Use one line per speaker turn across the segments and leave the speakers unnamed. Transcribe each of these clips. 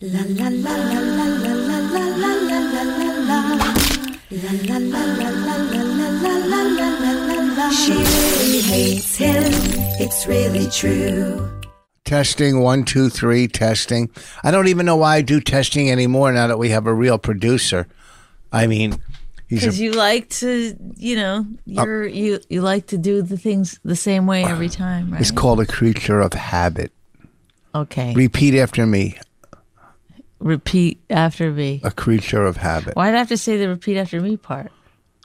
La la la la la la la la la la la la la. La la la la la la la la la la la la la. She really hates him. It's really true.
Testing one, two, three, testing. I don't even know why I do testing anymore now that we have a real producer. I mean, he's
Because
a, Uh,
you like to, you know, you're you you like to do the things the same way every time, right?
he's called a creature of habit.
okay.
Repeat after me
repeat after me.
a creature of habit.
Why'd I have to say the repeat after me part?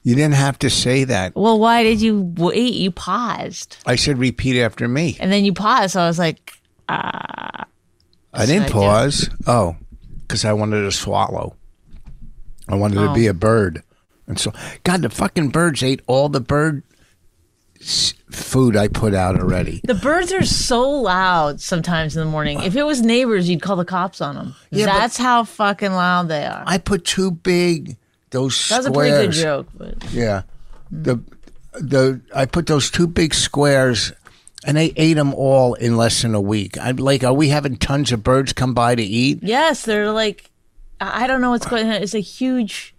You didn't have to say that.
Well, why did you wait? You paused,
I said repeat after me.
and then you paused. So I was like,
I didn't
I do.
pause. Oh, because I wanted to swallow. I wanted to
Oh.
be a bird, and so God, the fucking birds ate all the bird s- food I put out already.
the birds are so loud sometimes in the morning. If it was neighbors, you'd call the cops on them.
Yeah, but-
That's how fucking loud they are.
I put two big those
That
squares.
was a pretty good Mm. joke. But
Yeah, the the I put those two big squares. And they ate them all in less than a week. I'm like, are we having tons of birds come by to eat?
yes, they're like, I I don't know what's going on. It's a huge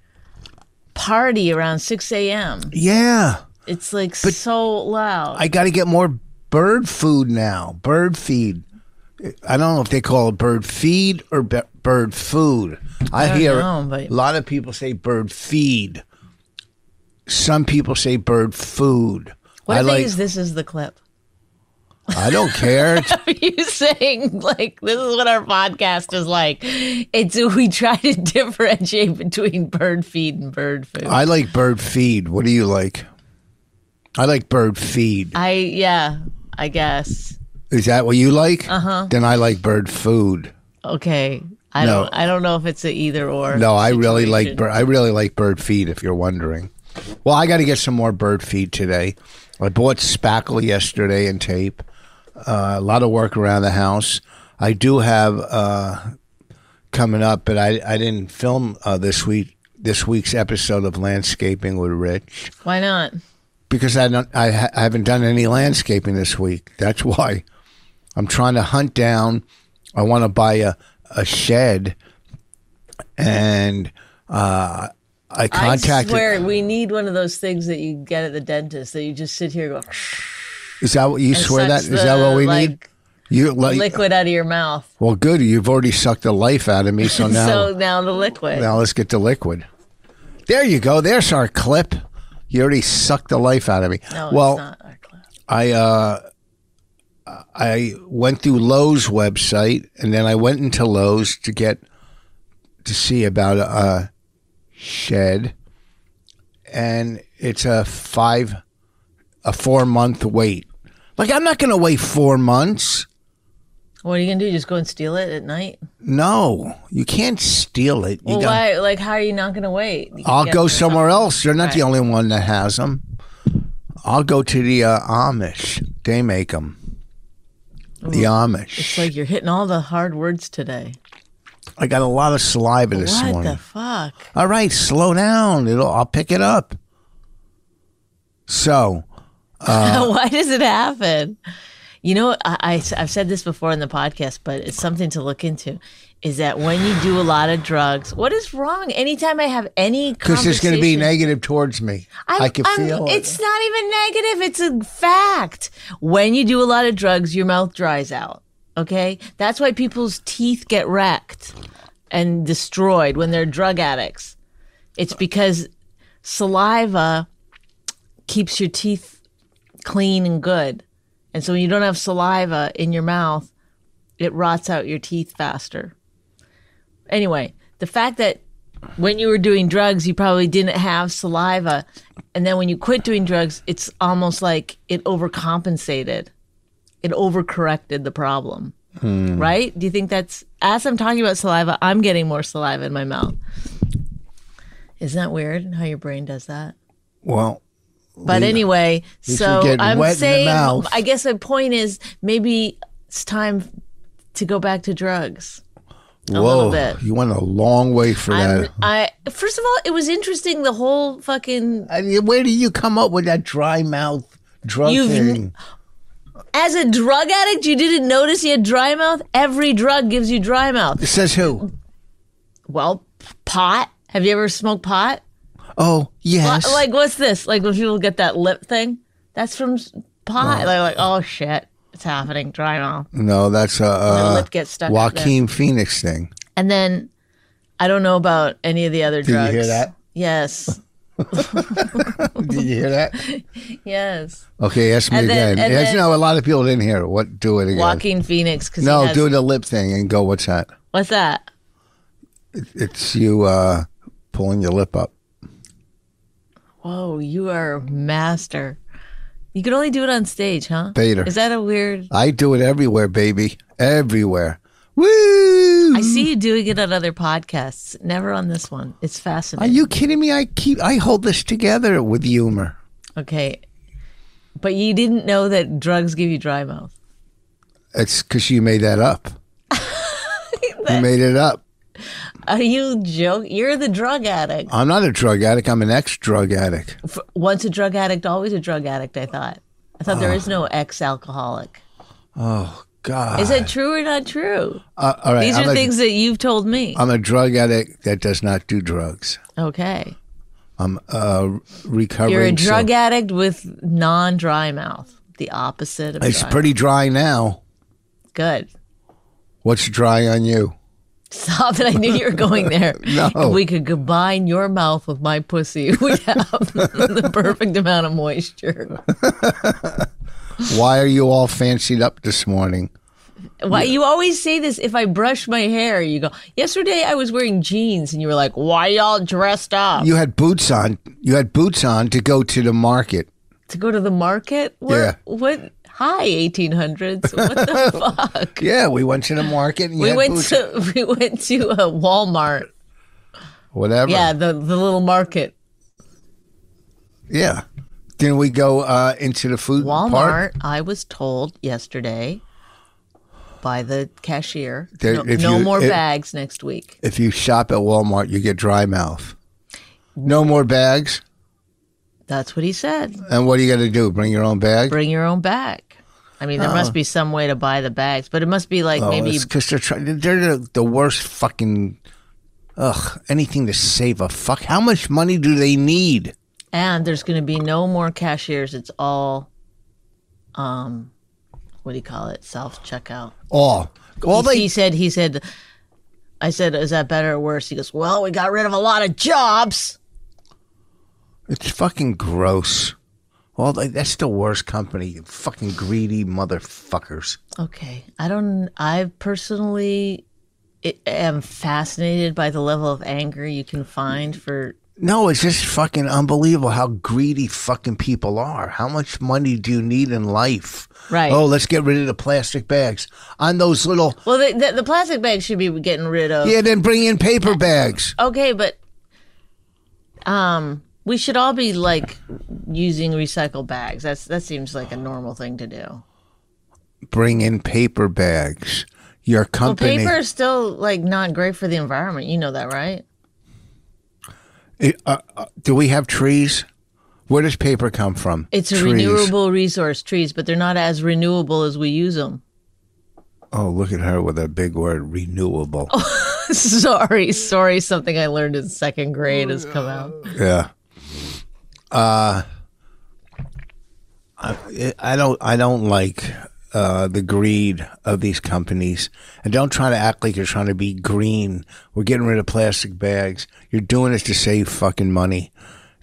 party around six a.m.
Yeah.
It's like so loud.
I got to get more bird food now. Bird feed. I don't know if they call it bird feed or b- bird food. I,
don't
hear
know, but-
a lot of people say bird feed. Some people say bird food.
what
I
if they
like.
use this as the clip?
I don't care. It's-
Are you saying like this is what our podcast is like? It's we try to differentiate between bird feed and bird food. I,
I like bird feed. What do you like? I like bird feed.
yeah, I guess.
Is that what you like? Uh huh. Then I like bird food.
Okay. I
No.
don't I don't know if it's a either or.
No, I really like
situation.
bird. I really like bird feed. If you're wondering, well, I got to get some more bird feed today. I bought spackle yesterday and tape. Uh, a lot of work around the house. I do have uh, coming up, but I I didn't film uh, this week this week's episode of landscaping with Rich
Why not?
because I don't I, ha- I haven't done any landscaping this week. That's why I'm trying to hunt down. I want to buy a a shed, and uh, I
I
contacted.
swear we need one of those things that you get at the dentist that you just sit here and go
Is that what you
and
swear that
sucks
is
the,
that what we
like,
need? You like
liquid out of your mouth.
well, good. You've already sucked the life out of me, so now
so now the liquid.
now let's get the liquid. There you go. There's our clip. You already sucked the life out of me.
No,
well,
it's not our clip.
I uh, I went through Lowe's website and then I went into Lowe's to get to see about a shed, and it's a five, a four month wait. Like I'm not going to wait four months.
What are you gonna do? Just go and steal it at night?
No, you can't steal it. You
Well,
got-
why? Like, how are you not going to wait? You can
I'll
get
go
them
somewhere else. You're not the
Right.
only one that has them. I'll go to the uh, Amish. They make them. The Amish.
It's like you're hitting all the hard words today.
I got a lot of saliva this
what
morning.
the fuck?
All right, slow down. It'll, I'll pick it up. So, Uh,
why does it happen? You know, I, I, have said this before in the podcast, but it's something to look into. Is that when you do a lot of drugs, what is wrong? Anytime I have any
because it's going to be
conversation-
negative towards me. i can
I'm-
feel it.
It's not even negative. It's a fact. When you do a lot of drugs, your mouth dries out. Okay, that's why people's teeth get wrecked and destroyed when they're drug addicts. It's because saliva keeps your teeth clean and good, and so when you don't have saliva in your mouth, it rots out your teeth faster. Anyway, the fact that when you were doing drugs, you probably didn't have saliva. And then when you quit doing drugs, it's almost like it overcompensated. It overcorrected the problem.
Hmm.
Right? Do you think that's as I'm talking about saliva, I'm getting more saliva in my mouth. Isn't that weird how your brain does that?
Well,
But anyway, so
get
I'm
wet in the
saying,
mouth.
I guess my point is maybe it's time to go back to drugs. little
whoa.
bit.
You went a long way for
I'm,
that.
I first of all, it was interesting the whole fucking
I mean, where do you come up with that dry mouth drug
You've-
thing?
As a drug addict, you didn't notice you had dry mouth? Every drug gives you dry mouth.
Says who?
Well, pot. Have you ever smoked pot?
Oh, yes.
Like, what's this? Like, when people get that lip thing? That's from s- pot. They're like, oh shit, it's happening. Dry mouth.
no, that's a, uh
lip gets stuck up there.
Joaquin Phoenix thing.
And then I don't know about any of the other
you
drugs.
hear that?
Yes.
Did you hear that?
Yes.
Okay, ask me
And then-
again.
and
yes,
then-
no, a lot of people didn't hear it. What? Do it again.
Walking Phoenix. Cause
no,
he has,
do the lip thing and go. What's that?
What's that?
It's you uh, pulling your lip up.
Whoa, you are a master. You can only do it on stage, huh?
Bader.
Is that a weird?
I do it everywhere, baby. Everywhere. Woo!
I
Mm-hmm.
see you doing it on other podcasts, never on this one. It's
Are
fascinating.
you kidding me? I keep I hold this together with humor.
okay. But you didn't know that drugs give you dry mouth.
It's because you made that up. you made it up.
Are you joke? You're the drug addict.
I'm not a drug addict. I'm an ex-drug addict.
F- Once a drug addict, always a drug addict. I thought. I thought
Uh.
there is no ex-alcoholic.
Oh God.
Is that true or not true?
Uh, all right.
These
I'm
are
a, Uh,
things that you've told me.
I'm a drug addict that does not do drugs.
okay.
I'm uh, recovering.
You're a
so-
drug addict with non-dry mouth, the opposite of
It's
dry.
pretty dry now.
good.
What's dry on you?
Stop it! I knew you were going there. If we could combine your mouth with my pussy, we'd have the perfect amount of moisture.
Why are you all fancied up this morning?
Why you always say this? If I brush my hair, you go. Yesterday I was wearing jeans, and you were like, "Why y'all dressed up
You had boots on. You had boots on to go to the market.
to go to the market?" What?
Yeah.
What? Hi, eighteen hundreds. What the fuck?
Yeah, we went to the market. And you
We
had
went
boots
to we went to a Walmart.
whatever.
Yeah, the the little market.
Yeah. Then we go uh, into the food
Walmart,
park.
I was told yesterday by the cashier,
There-
no,
if
no
you-
more
it-
bags next week.
If you shop at Walmart, you get dry mouth. No more bags.
That's what he said.
And what are you going to do? Bring your own bag?
Bring your own bag. I mean, there must be some way to buy the bags, but it must be like
oh,
maybe
because they're trying. They're the, the worst fucking. Ugh, anything to save a fuck. How much money do they need?
and there's going to be no more cashiers. It's all um what do you call it? Self checkout.
All. All
he, he
Oh, they.
said he said I said is that better or worse? He goes, "Well, we got rid of a lot of jobs."
It's fucking gross. All they, that's the worst company. You fucking greedy motherfuckers.
Okay. I don't, I personally i- am fascinated by the level of anger you can find for,
No, it's just fucking unbelievable how greedy fucking people are. How much money do you need in life?
Right.
Oh, let's get rid of the plastic bags. On those little.
well, the, the, the plastic bags should be getting rid of.
Yeah, then bring in paper bags.
Okay, but um, we should all be like using recycled bags. That's that seems like a normal thing to do.
Bring in paper bags. Your
Well,
company.
paper is still like not great for the environment. You know that, right?
It- uh, uh, do we have trees? Where does paper come from?
It's a
Trees.
renewable resource, trees, but they're not as renewable as we use them.
Oh, look at her with a big word renewable.
sorry, sorry, something I learned in second grade has come out.
Yeah. Uh, I, I don't. I don't like uh, the greed of these companies, and don't try to act like you're trying to be green. We're getting rid of plastic bags. You're doing it to save fucking money,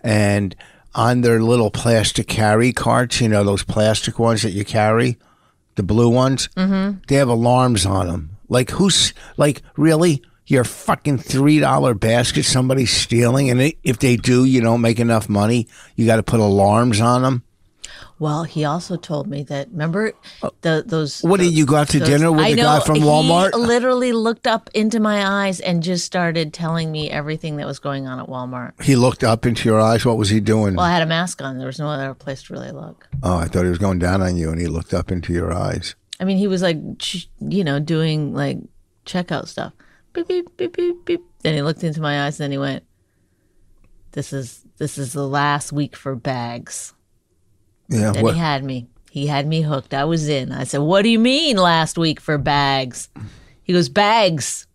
and on their little plastic carry carts, you know those plastic ones that you carry, the blue ones. Mm-hmm. They have alarms on them. Like who's like really? Your fucking three dollar basket somebody's stealing, and i- if they do, you don't make enough money. You got to put alarms on them.
Well, he also told me that. Remember the those.
Oh, What did you go out to
those-
dinner with
I
the
know,
guy from
he
Walmart?
literally looked up into my eyes and just started telling me everything that was going on at Walmart.
He looked up into your eyes. What was he doing?
Well, I had a mask on. There was no other place to really look.
Oh, I thought he was going down on you, and he looked up into your eyes.
I mean, he was like, ch- you know, doing like checkout stuff. Beep beep beep beep beep. Then he looked into my eyes. and Then he went, "This is this is the last week for bags."
Yeah.
Then
What?
he had me. He had me hooked. I was in. I said, What do you mean last week for bags? He goes, Bags.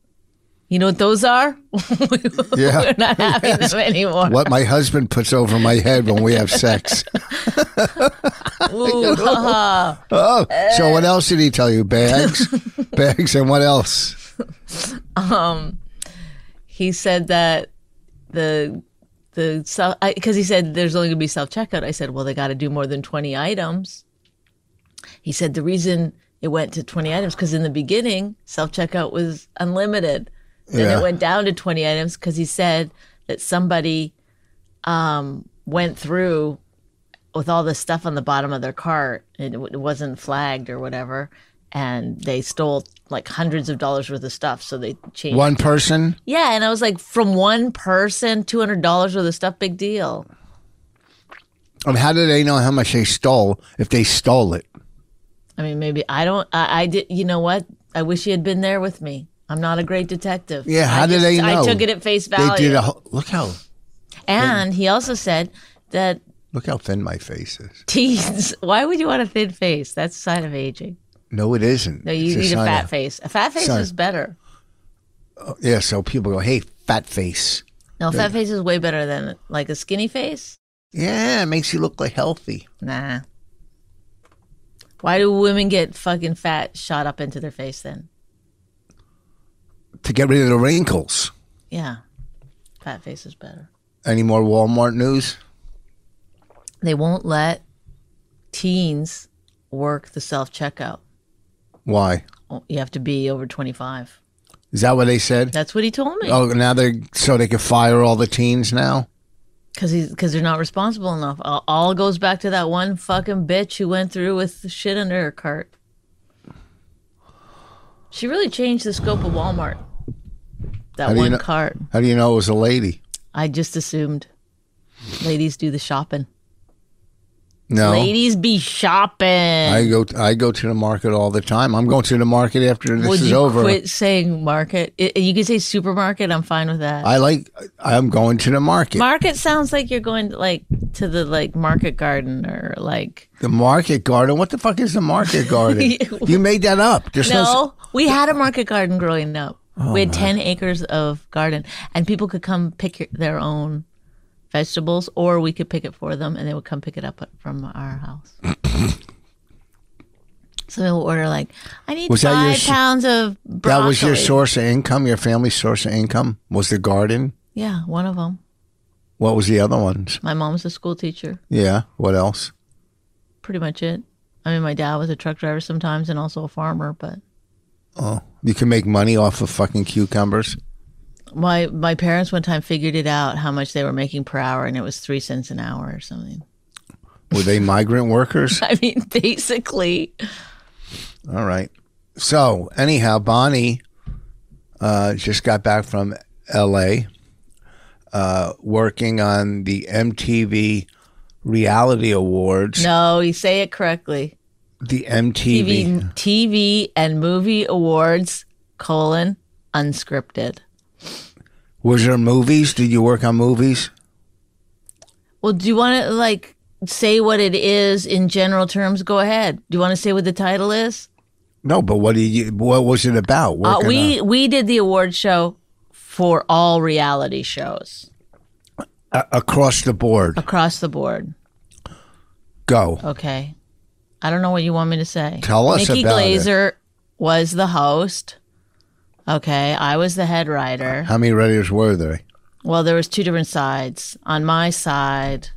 You know what those are?
Yeah.
We're not having them anymore.
What my husband puts over my head when we have sex.
Ooh, haha.
Oh, so what else did he tell you? Bags, bags, and what else?
he said that the the self because he said there's only going to be self checkout. I said, well, they got to do more than 20 items. He said the reason it went to 20 items because in the beginning self checkout was unlimited. Then
Yeah.
it went down to 20 items because he said that somebody um, went through with all the stuff on the bottom of their cart and it, w- it wasn't flagged or whatever. And they stole like hundreds of dollars worth of stuff. So they changed.
One person?
Yeah, and I was like, from one person, two hundred dollars worth of stuff, big deal.
And how do they know how much they stole if they stole it?
I mean, maybe I don't. I, I did. You know what? I wish you had been there with me. I'm not a great detective.
Yeah,
I
how do
just-
they know?
I took it at face
They
value.
did a whole, look how
and he also said that
look how thin my face is.
teens. Why would you want a thin face? That's a sign of aging.
No, it isn't.
No, you
It's
need a
sign
fat
of-
face. A fat face
sign-
is better.
Yeah, so people go, hey, fat face.
No, a fat face is way better than like a skinny face.
Yeah, it makes you look like healthy.
Nah. Why do women get fucking fat shot up into their face then?
To get rid of the wrinkles.
Yeah, fat face is better.
Any more Walmart news?
they won't let teens work the self checkout.
Why?
You have to be over 25.
Is that what they said?
That's what he told me.
Oh, now they're so they can fire all the teens now?
Because because they're not responsible enough. All, all goes back to that one fucking bitch who went through with the shit under her cart. She really changed the scope of Walmart. That
How do you
one
know-
cart.
How do you know it was a lady?
I just assumed ladies do the shopping.
No.
Ladies be shopping.
I go I go to the market all the time. I'm going to the market after this
Would
is
you
over.
quit saying market? I- you could say supermarket. I'm fine with that.
I like I'm going to the market.
Market sounds like you're going to, like to the like market garden or like
the market garden. What the fuck is the market garden? you made that up. There's no, s- Oh,
no. We had a market garden growing up. we had ten acres of garden, and people could come pick your, their own vegetables, or we could pick it for them, and they would come pick it up from our house. so they'll order like, I need
Was that your
five
s-
pounds of broccoli.
that was your source of income, your family's source of income was the garden.
Yeah, one of them.
What was the other ones?
My mom's a school teacher.
Yeah. What else?
Pretty much it. I mean, my dad was a truck driver sometimes, and also a farmer, but.
Oh, you can make money off of fucking cucumbers.
My my parents one time figured it out how much they were making per hour, and it was three cents an hour or something.
Were they migrant workers?
I mean, basically,
All right. So anyhow, Bonnie uh, just got back from L.A. Uh, working on the MTV Reality Awards.
no, you say it correctly.
The MTV.
TV TV and movie awards colon unscripted.
Was there movies? Did you work on movies?
Well, do you want to like say what it is in general terms? Go ahead. Do you want to say what the title is?
No, but what did you? What was it about?
Uh,
Working
we we did the award show for all reality shows
on- a- across the board.
across the board.
Go.
Okay. I don't know what you want me to say.
Tell us
Nikki
about it.
Glazer was the host. Okay, I was the head writer.
How many writers were there?
Well, there was two different sides. On my side,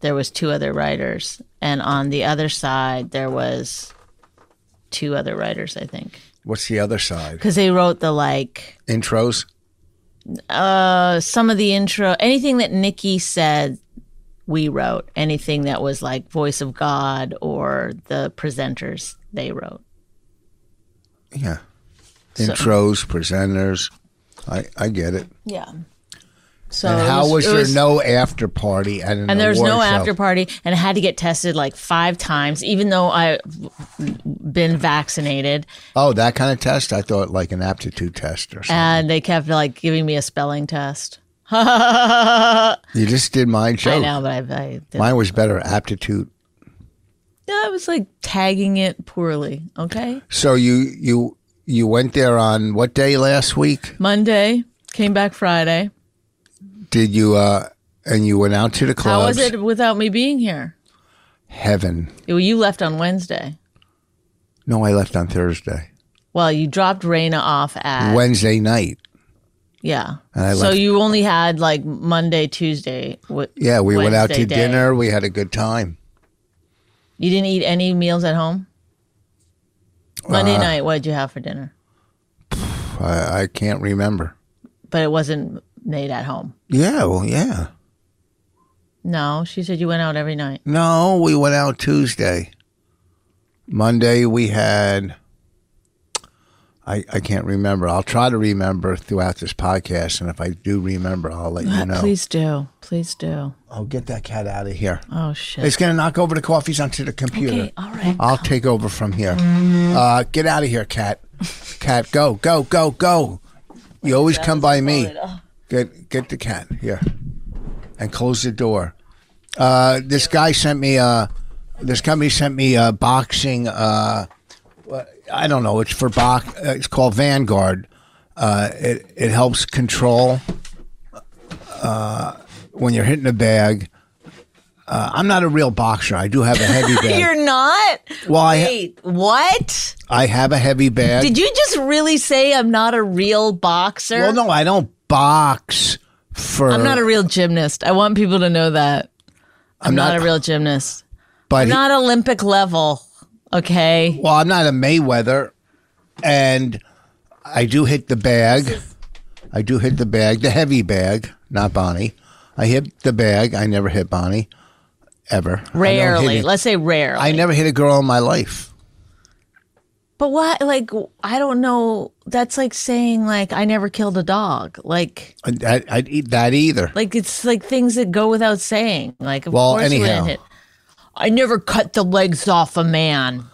there was two other writers, and on the other side, there was two other writers, I think.
What's the other side?
Cuz they wrote the like
Intros.
uh some of the intro, anything that Nikki said we wrote, anything that was like voice of god or the presenters, they wrote.
Yeah. Intros, presenters. I I get it.
Yeah. So
and
it
how was,
it
there no after party at an
and there's
award
no
show?
after party, and I had to get tested like five times, even though I've been vaccinated.
Oh, that kind of test? I thought like an aptitude test or something.
And they kept like giving me a spelling test. I
you just did my joke. Oh.
know, but I, I did.
Mine was better aptitude.
I was like tagging it poorly. Okay.
So you you you went there on what day last week?
Monday, came back Friday.
Did you uh and you went out to the clubs?
How was it without me being here?
Heaven.
Well, you left on Wednesday.
No, I left on Thursday.
Well, you dropped Raina off at
Wednesday night.
yeah.
And I
so
left-
you only had like Monday, Tuesday. What,
Yeah, we went out to
Wednesday day.
dinner. We had a good time.
You didn't eat any meals at home. Monday
Uh,
night, what did you have for dinner?
I, I can't remember.
But it wasn't made at home.
Yeah, well, yeah.
No, she said you went out every night.
No, we went out Tuesday. Monday we had I, I can't remember. I'll try to remember throughout this podcast and if I do remember I'll let you know.
Uh, Please do. Please do.
I'll get that cat out of here.
Oh shit.
It's gonna knock over the coffees onto the computer.
okay. All right.
I'll take over from here. Uh, get out of here, cat. Cat, go, go, go, go. You always come by me.
Oh.
Get get the cat here, and close the door. Uh, this guy sent me uh This company sent me a boxing. Uh, I don't know. It's for box. uh, It's called Vanguard. Uh, it it helps control uh, when you're hitting a bag. Uh, I'm not a real boxer. I do have a heavy bag.
You're not.
Well, I-
Wait, what?
I have a heavy bag.
Did you just really say I'm not a real boxer?
well, no, I don't box for.
I'm not a real gymnast. I want people to know that. I'm, not,
not-
a real gymnast.
but he-
Not Olympic level. Okay.
well, I'm not a Mayweather, and I do hit the bag. I do hit the bag, the heavy bag, not Bonnie. I hit the bag. I never hit Bonnie, ever. I don't hit
Rarely.
it.
Let's say rarely.
I never hit a girl in my life.
but what like I don't know. That's like saying like I never killed a dog. Like
And I, I'd eat that either.
like it's like things that go without saying. Like of
Well,
course you
anyhow.
wouldn't hit. I never cut the legs off a man.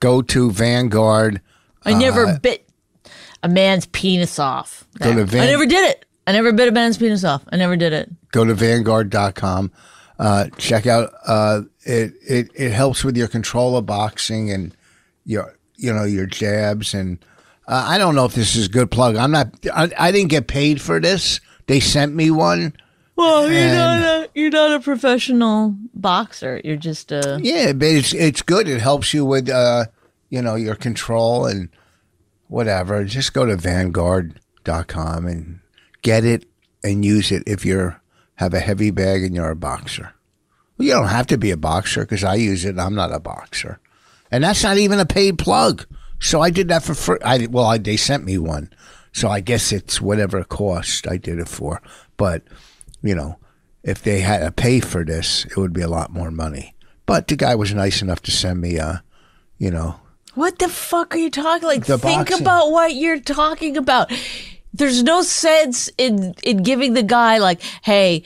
Go to Vanguard.
I
Uh,
never bit a man's penis off.
Go to Van-
I never did it. I never bit a man's penis off. I never did it.
go to vanguard.com uh, check out uh, it, it it helps with your control of boxing and your you know your jabs and uh, I don't know if this is a good plug I'm not I, I didn't get paid for this they sent me one
Well, you're
And-
not a you're not a professional boxer. You're just a
yeah but it's it's good it helps you with uh, you know your control and whatever just go to vanguard.com and get it and use it if you're have a heavy bag and you're a boxer Well, you don't have to be a boxer because I use it and I'm not a boxer. And that's not even a paid plug. So I did that for free. I, well, I, they sent me one. So I guess it's whatever cost I did it for. But, you know, if they had to pay for this, it would be a lot more money. But the guy was nice enough to send me, uh, you know,
What the fuck are you talking like
The
think
boxing.
about what you're talking about. There's no sense in in giving the guy like, "Hey,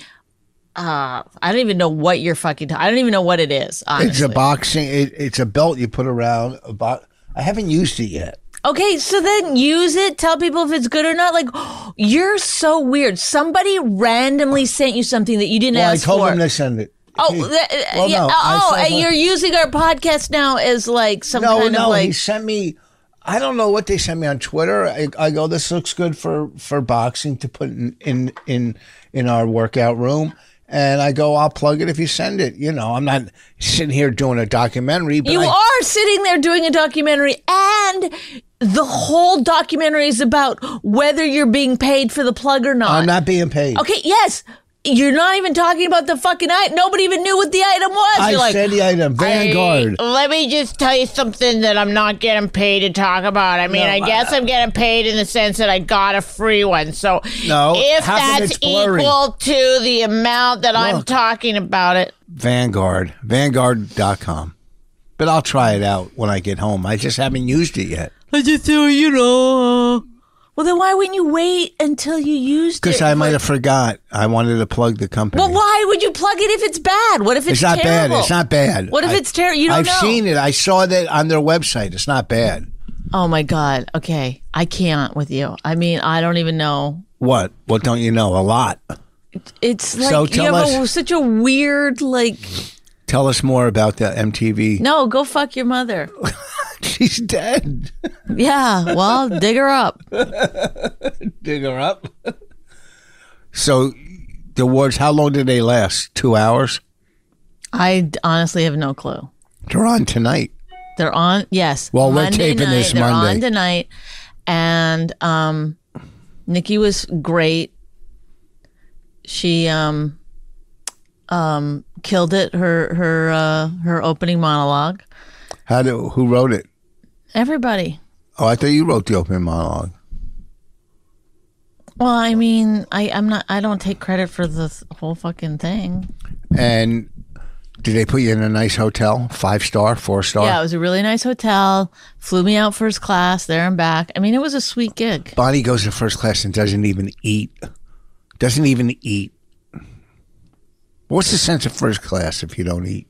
uh, I don't even know what you're fucking ta- I don't even know what it is."
it's
Honestly.
a boxing, it, it's a belt you put around. A bo- I haven't used it yet.
Okay, so then use it. Tell people if it's good or not. Like, you're so weird. Somebody randomly sent you something that you didn't
Well, I
ask
told
for.
him to send it.
oh,
He-
that-
well,
yeah.
no, I
oh,
saw
and
that.
you're using our podcast now as like some
No,
kind
no,
of
he
like.
sent me. I don't know what they sent me on Twitter. I, I go, this looks good for for boxing to put in in in in our workout room. And I go, I'll plug it if you send it. You know, I'm not sitting here doing a documentary. But
You
I-
are sitting there doing a documentary, and the whole documentary is about whether you're being paid for the plug or not.
I'm not being paid.
okay, yes. You're not even talking about the fucking item. Nobody even knew what the item was.
I
you're like,
said the item Vanguard.
Hey, let me just tell you something that I'm not getting paid to talk about. I mean, I guess I'm getting paid in the sense that I got a free one. So
No,
if
how come
that's
it's blurry?
equal to the amount that I'm
Look.
talking about it,
Vanguard. Vanguard.com. But I'll try it out when I get home. I just haven't used it yet
I just do, you know. Well, then why wouldn't you wait until you used it?
because I might have forgot. I wanted to plug the company.
Well, why would you plug it if it's bad? What if it's,
It's not
terrible?
bad. It's not bad.
What if
I-
it's terrible? You don't
I've
know.
seen it. I saw that on their website. It's not bad.
Oh my god. Okay, I can't with you. I mean, I don't even know.
What? What don't you know? A lot.
It's like
So
you
tell
have a,
us-
such a weird like
Tell us more about the MTV.
No, go fuck your mother.
She's dead.
Yeah, well, dig her up.
Dig her up. so the awards, how long did they last? Two hours?
I d- honestly have no clue.
They're on tonight.
They're on. Yes.
Well, we're
Monday
taping
night,
this
they're
Monday.
on tonight, and um, Nikki was great. She um, um, killed it. Her her uh, her opening monologue.
How do who wrote it?
Everybody.
Oh, I thought you wrote the opening monologue.
Well, I mean, I I'm not. I don't take credit for this whole fucking thing.
And did they put you in a nice hotel? Five star, four star?
Yeah, it was a really nice hotel. Flew me out first class there and back. I mean, it was a sweet gig.
Bonnie goes to first class and doesn't even eat. Doesn't even eat. What's the sense of first class if you don't eat?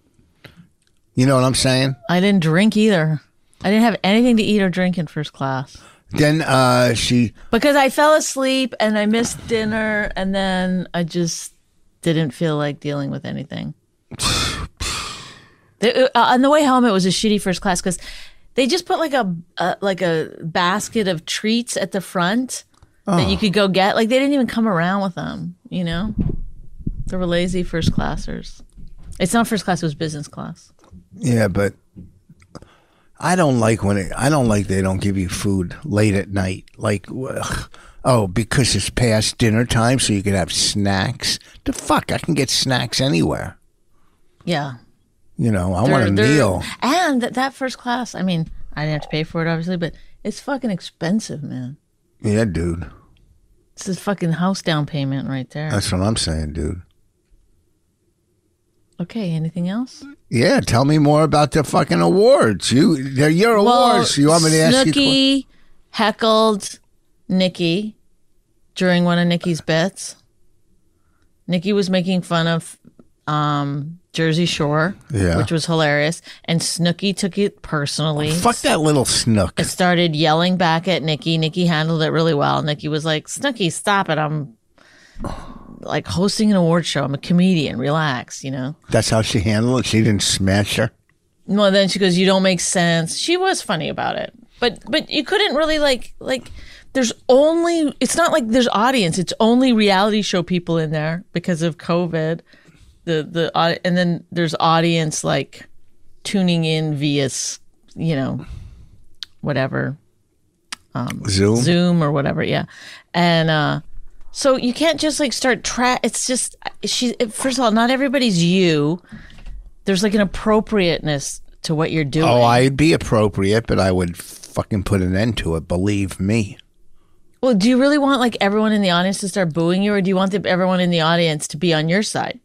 You know what I'm saying?
I didn't drink either. I didn't have anything to eat or drink in first class.
Then uh, she
because I fell asleep and I missed dinner, and then I just didn't feel like dealing with anything. The- uh, on the way home, it was a shitty first class because they just put like a uh, like a basket of treats at the front that you
Oh.
could go get. Like they didn't even come around with them, you know. They were lazy first classers. It's not first class; it was business class.
Yeah, but I don't like when it, I don't like they don't give you food late at night. Like, ugh. oh, because it's past dinner time, so you can have snacks. The fuck, I can get snacks anywhere.
Yeah,
You know, I want a
They're- they're-
meal.
And that, that first class, I mean, I didn't have to pay for it, obviously, but it's fucking expensive, man.
Yeah, dude,
It's this fucking house down payment right there.
that's what I'm saying, dude.
okay, anything else?
Yeah, tell me more about the fucking awards. You, they're your awards. You want me to ask you? que-
Snooki heckled Nikki during one of Nikki's bits. Nikki was making fun of um, Jersey Shore,
Yeah. Oh,
which was hilarious, and Snooki took it personally.
Fuck that little snook.
started yelling back at Nikki. Nikki handled it really well. Nikki was like, Snooky, stop it. I'm like hosting an award show. I'm a comedian. Relax, you know?
That's how she handled it. She didn't smash her.
Well, then she goes, You don't make sense. She was funny about it. But but you couldn't really like like there's only it's not like there's audience. It's only reality show people in there because of COVID. The the au- and then there's audience like tuning in via s- you know whatever
Zoom.
Zoom or whatever. Yeah, and uh, so you can't just like start tra It's just she. First of all, not everybody's you. There's like an appropriateness to what you're doing.
Oh, I'd be appropriate, but I would fucking put an end to it. Believe me.
well, do you really want like everyone in the audience to start booing you, or do you want the, everyone in the audience to be on your side?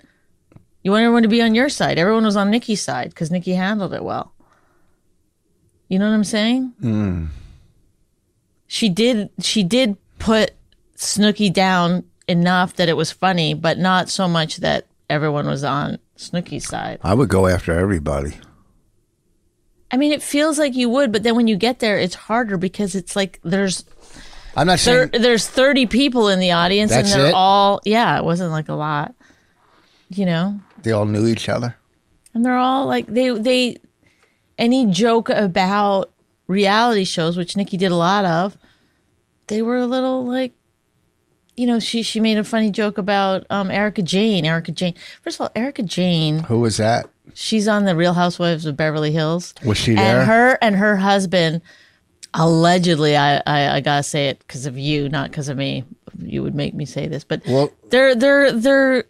You want everyone to be on your side. Everyone was on Nikki's side because Nikki handled it well. You know what I'm saying? She did. She did put Snooky down enough that it was funny, but not so much that everyone was on Snooky's side.
I would go after everybody.
I mean, it feels like you would, but then when you get there, it's harder because it's like there's
I'm not
thir-
saying
there's 30 people in the audience,
That's
and they're
it?
all yeah. It wasn't like a lot, you know.
they all knew each other.
and they're all like they they any joke about reality shows which nikki did a lot of they were a little like you know she she made a funny joke about um erica jane erica jane first of all erica jane
Who was that?
she's on the real housewives of beverly hills
Was she there?
and her and her husband allegedly i i, I gotta say it because of you not because of me you would make me say this but
Well-
they're they're they're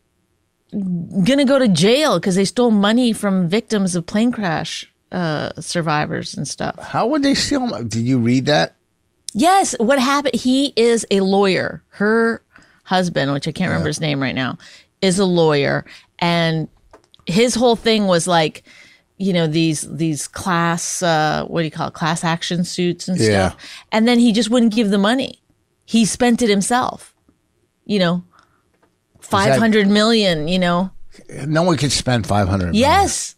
gonna go to jail because they stole money from victims of plane crash uh survivors and stuff
How would they steal? My- Did you read that?
yes what happened he is a lawyer her husband which i can't remember his name right now is a lawyer and his whole thing was like you know these these class uh what do you call it class action suits and
Yeah.
stuff and then he just wouldn't give the money he spent it himself you know five hundred million. you know
No one could spend five hundred.
yes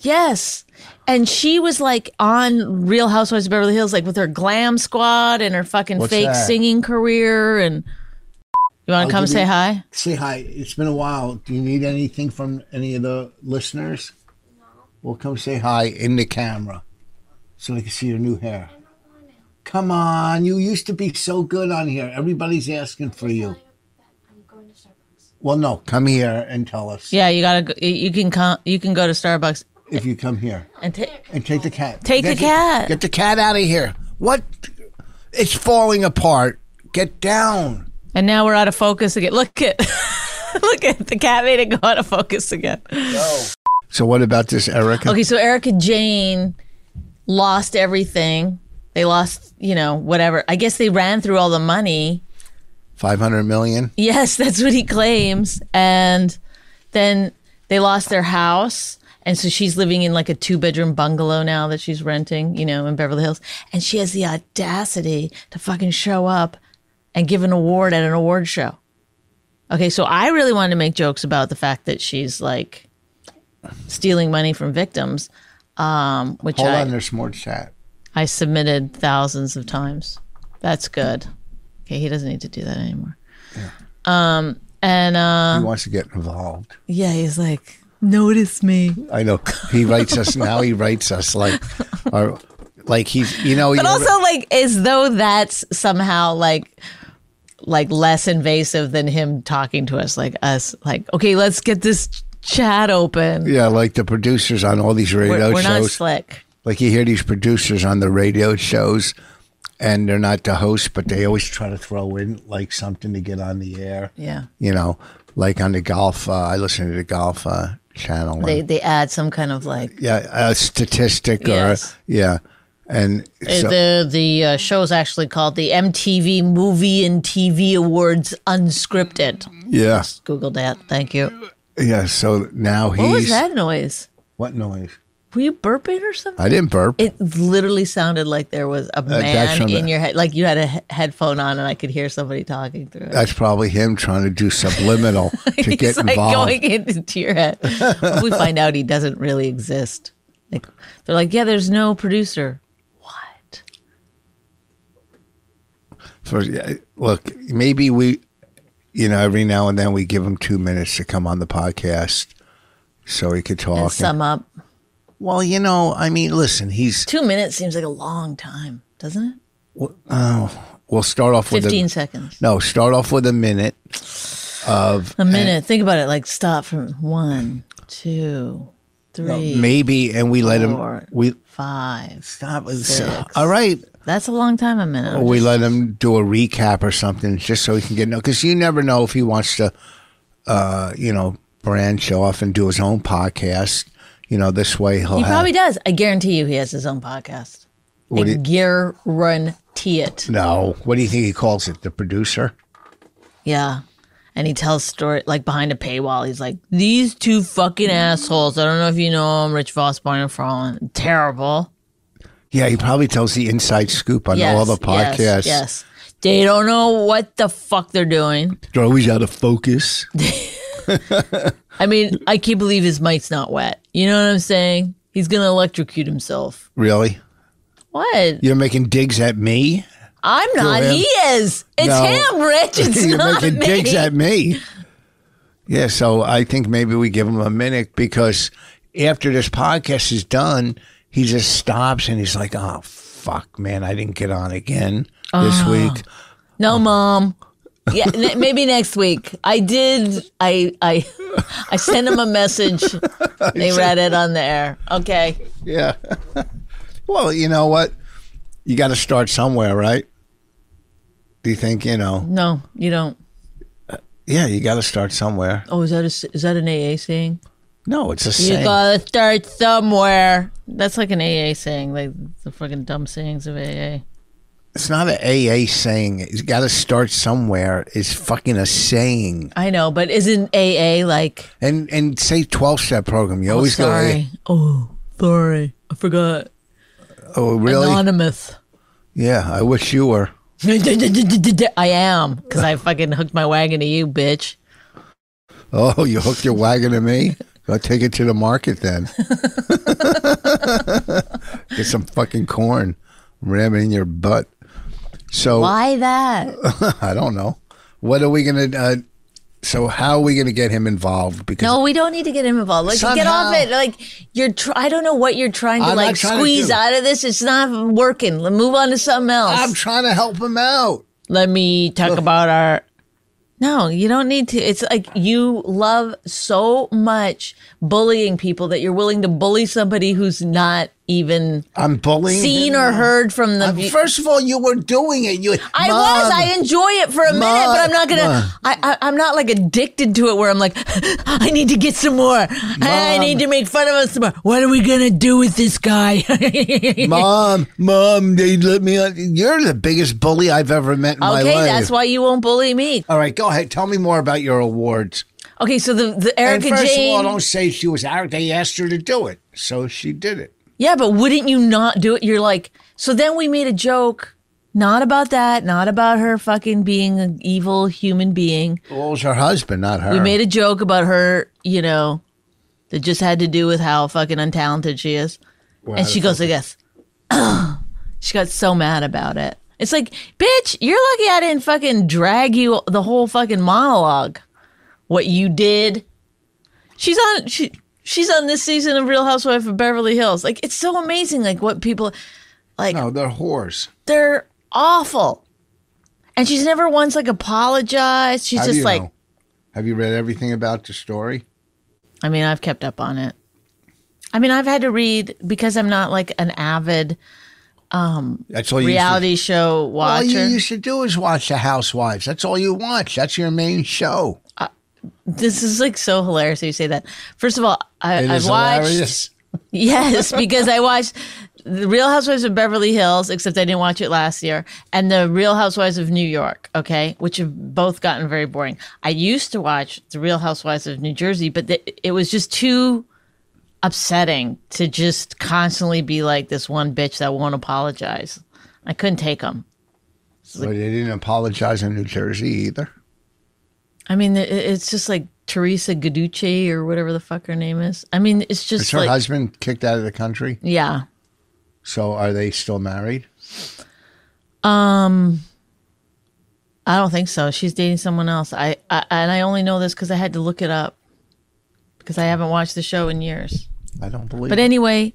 yes and she was like on real housewives of beverly hills like with her glam squad and her fucking
What's
fake
that?
singing career and you want to come
give
say
you-
hi
Say hi. It's been a while. Do you need anything from any of the listeners? Well, come say hi in the camera so they can see your new hair. Come on, you used to be so good on here. Everybody's asking for you. Well, no, come here and tell us
Yeah, you gotta. Go, you- you can come. You can go to Starbucks
if you come here
and take.
and take the cat.
Take the cat.
Get the cat out of here. What? It's falling apart. Get down.
And now we're out of focus again. Look at, look at the cat made it go out of focus again.
So what about this, Erica?
Okay, so Erica Jane lost everything. They lost, you know, whatever. I guess they ran through all the money.
Five hundred million.
Yes, that's what he claims. And then they lost their house. And so she's living in like a two bedroom bungalow now that she's renting, you know, in Beverly Hills. And she has the audacity to fucking show up and give an award at an award show. Okay, so I really wanted to make jokes about the fact that she's like stealing money from victims, um, which
Hold
I,
on, there's more chat.
I submitted thousands of times. That's good. Okay, he doesn't need to do that anymore. Um, and uh,
He wants to get involved.
yeah, he's like, notice me.
I know. He writes us now. He writes us like, or, like he's you know.
But also, like, as though that's somehow like, like less invasive than him talking to us, like us, like, okay, let's get this chat open.
yeah, like the producers on all these radio
We're, we're not
shows.
slick.
like you hear these producers on the radio shows, and they're not the host, but they always try to throw in like something to get on the air.
Yeah.
You know, like on the golf. Uh, I listen to the golf uh, channel. and-
They they add some kind of like
yeah, a statistic
Yes.
or yeah, and so,
the the uh, show's actually called the MTV Movie and TV Awards Unscripted.
yeah,
Google that. Thank you.
yeah. So now he's
What was that noise?
what noise?
Were you burping or something?
I didn't burp.
It literally sounded like there was a
that's
man
from
in
the-
your head, like you had a he- headphone on, and I could hear somebody talking through it.
That's probably him trying to do subliminal Uh, to get
He's like
involved.
going into your head. we find out he doesn't really exist. Like, they're like, yeah, there's no producer. What?
For, look, maybe we, you know, every now and then we give him two minutes to come on the podcast so he could talk.
And
and-
sum up.
well, you know, I mean, listen, he's.
Two minutes seems like a long time, doesn't it?
We'll start off with
Fifteen
a,
seconds.
no. Start off with a minute of
A minute. Think about it. Like stop from one, two, three,
maybe, and we let him.
Four.
We
five.
stop.
Six.
All right.
That's a long time. A minute.
Or we let him do a recap or something just so he can get know because you never know if he wants to uh you know branch off and do his own podcast you know this way he'll
He
have
probably does. I guarantee you he has his own podcast.
What
I
do
guarantee it.
no what do you think he calls it the producer
Yeah. And he tells story like behind a paywall. He's like, these two fucking assholes. I don't know if you know him, Rich Voss, Barney Frollin. Terrible.
yeah he probably tells the inside scoop on all the podcasts
Yes, yes. They don't know what the fuck they're doing.
they're always out of focus
I mean, I can't believe his mic's not wet. You know what I'm saying? He's gonna electrocute himself.
really
What?
you're making digs at me
I'm not.
him.
He is. It's
No.
him, Rich. It's
you're
not
making
me.
digs at me yeah so i think maybe we give him a minute because after this podcast is done he just stops and he's like oh fuck man i didn't get on again this
Ah.
week
No, mom. Yeah, n- maybe next week. I did. I I I sent him a message. They read it on the air. Okay.
yeah well you know what you got to start somewhere right do you think you know
No, you don't.
yeah you got to start somewhere
Oh, is that a s is that an AA saying?
no it's a
You
saying
gotta start somewhere. That's like an AA saying, like the fucking dumb sayings of AA.
it's not an aa saying you got to start somewhere it's fucking a saying
I know, but isn't AA like?
and and say 12 step program you
Oh,
always go "Hey,
sorry. Oh, sorry. I forgot.
Oh, really?
Anonymous.
yeah, I wish you were.
I am because I fucking hooked my wagon to you, bitch.
Oh, you hooked your wagon to me? Go take it to the market then. Get some fucking corn. Ram it in your butt. So, Oh.
Why that?
I don't know. What are we going to. Uh, So how are we going to get him involved? Because
No, we don't need to get him involved. Like, get
Somehow-
off it. Like, you're. Tr- I don't know what you're trying to
I'm not
like
trying to
squeeze
do-
out of this. It's not working. Let- Move on to something else.
I'm trying to help him out.
Let me talk about our. No, you don't need to. It's like you love so much bullying people that you're willing to bully somebody who's not even
I'm bullying.
seen
him.
or heard from the.
Uh, First of all, you were doing it. You,
I
Mom,
was. I enjoy it for a minute, but I'm not
Mom.
gonna. I, I I'm not like addicted to it where I'm like, I need to get some more. I need to make fun of us some more. What are we gonna do with this guy? okay,
Mom, Mom, they let me. out. You're the biggest bully I've ever met in my life.
that's why you won't bully me.
all right, go ahead. Tell me more about your awards.
Okay, so the the
And
Erica
first
Jane.
of all, don't say she was out. They asked her to do it, so she did it.
yeah, but wouldn't you not do it? You're like. So then we made a joke, not about that, not about her fucking being an evil human being.
Well, it was her husband, not her.
We made a joke about her, you know, that just had to do with how fucking untalented she is. and she goes like this. she got so mad about it. It's like, bitch, you're lucky I didn't fucking drag you the whole fucking monologue. What you did. She's on she she's on this season of Real Housewife of Beverly Hills. Like it's so amazing like what people
No, they're whores.
they're awful. And she's never once like apologized. She's
How do
just
you
like
know? Have you read everything about the story?
I mean, I've kept up on it. I mean, I've had to read because I'm not like an avid
That's all you
reality show
Used to, all
watcher.
you used to do is watch The Housewives. That's all you watch. That's your main show.
This is like so hilarious that you say that. First of all, I,
It
I've
is
watched.
hilarious.
Yes, because I watched The Real Housewives of Beverly Hills, except I didn't watch it last year, and The Real Housewives of New York, okay, which have both gotten very boring. I used to watch The Real Housewives of New Jersey, but the, it was just too upsetting to just constantly be like this one bitch that won't apologize. I couldn't take them.
But they didn't apologize in New Jersey either.
I mean, it, it's just like Teresa Guiducci or whatever the fuck her name is. I mean, it's just
Is her
like,
husband kicked out of the country?
yeah.
So are they still married?
I don't think so. She's dating someone else. I, I and I only know this because I had to look it up because I haven't watched the show in years.
I don't believe.
But
it.
anyway,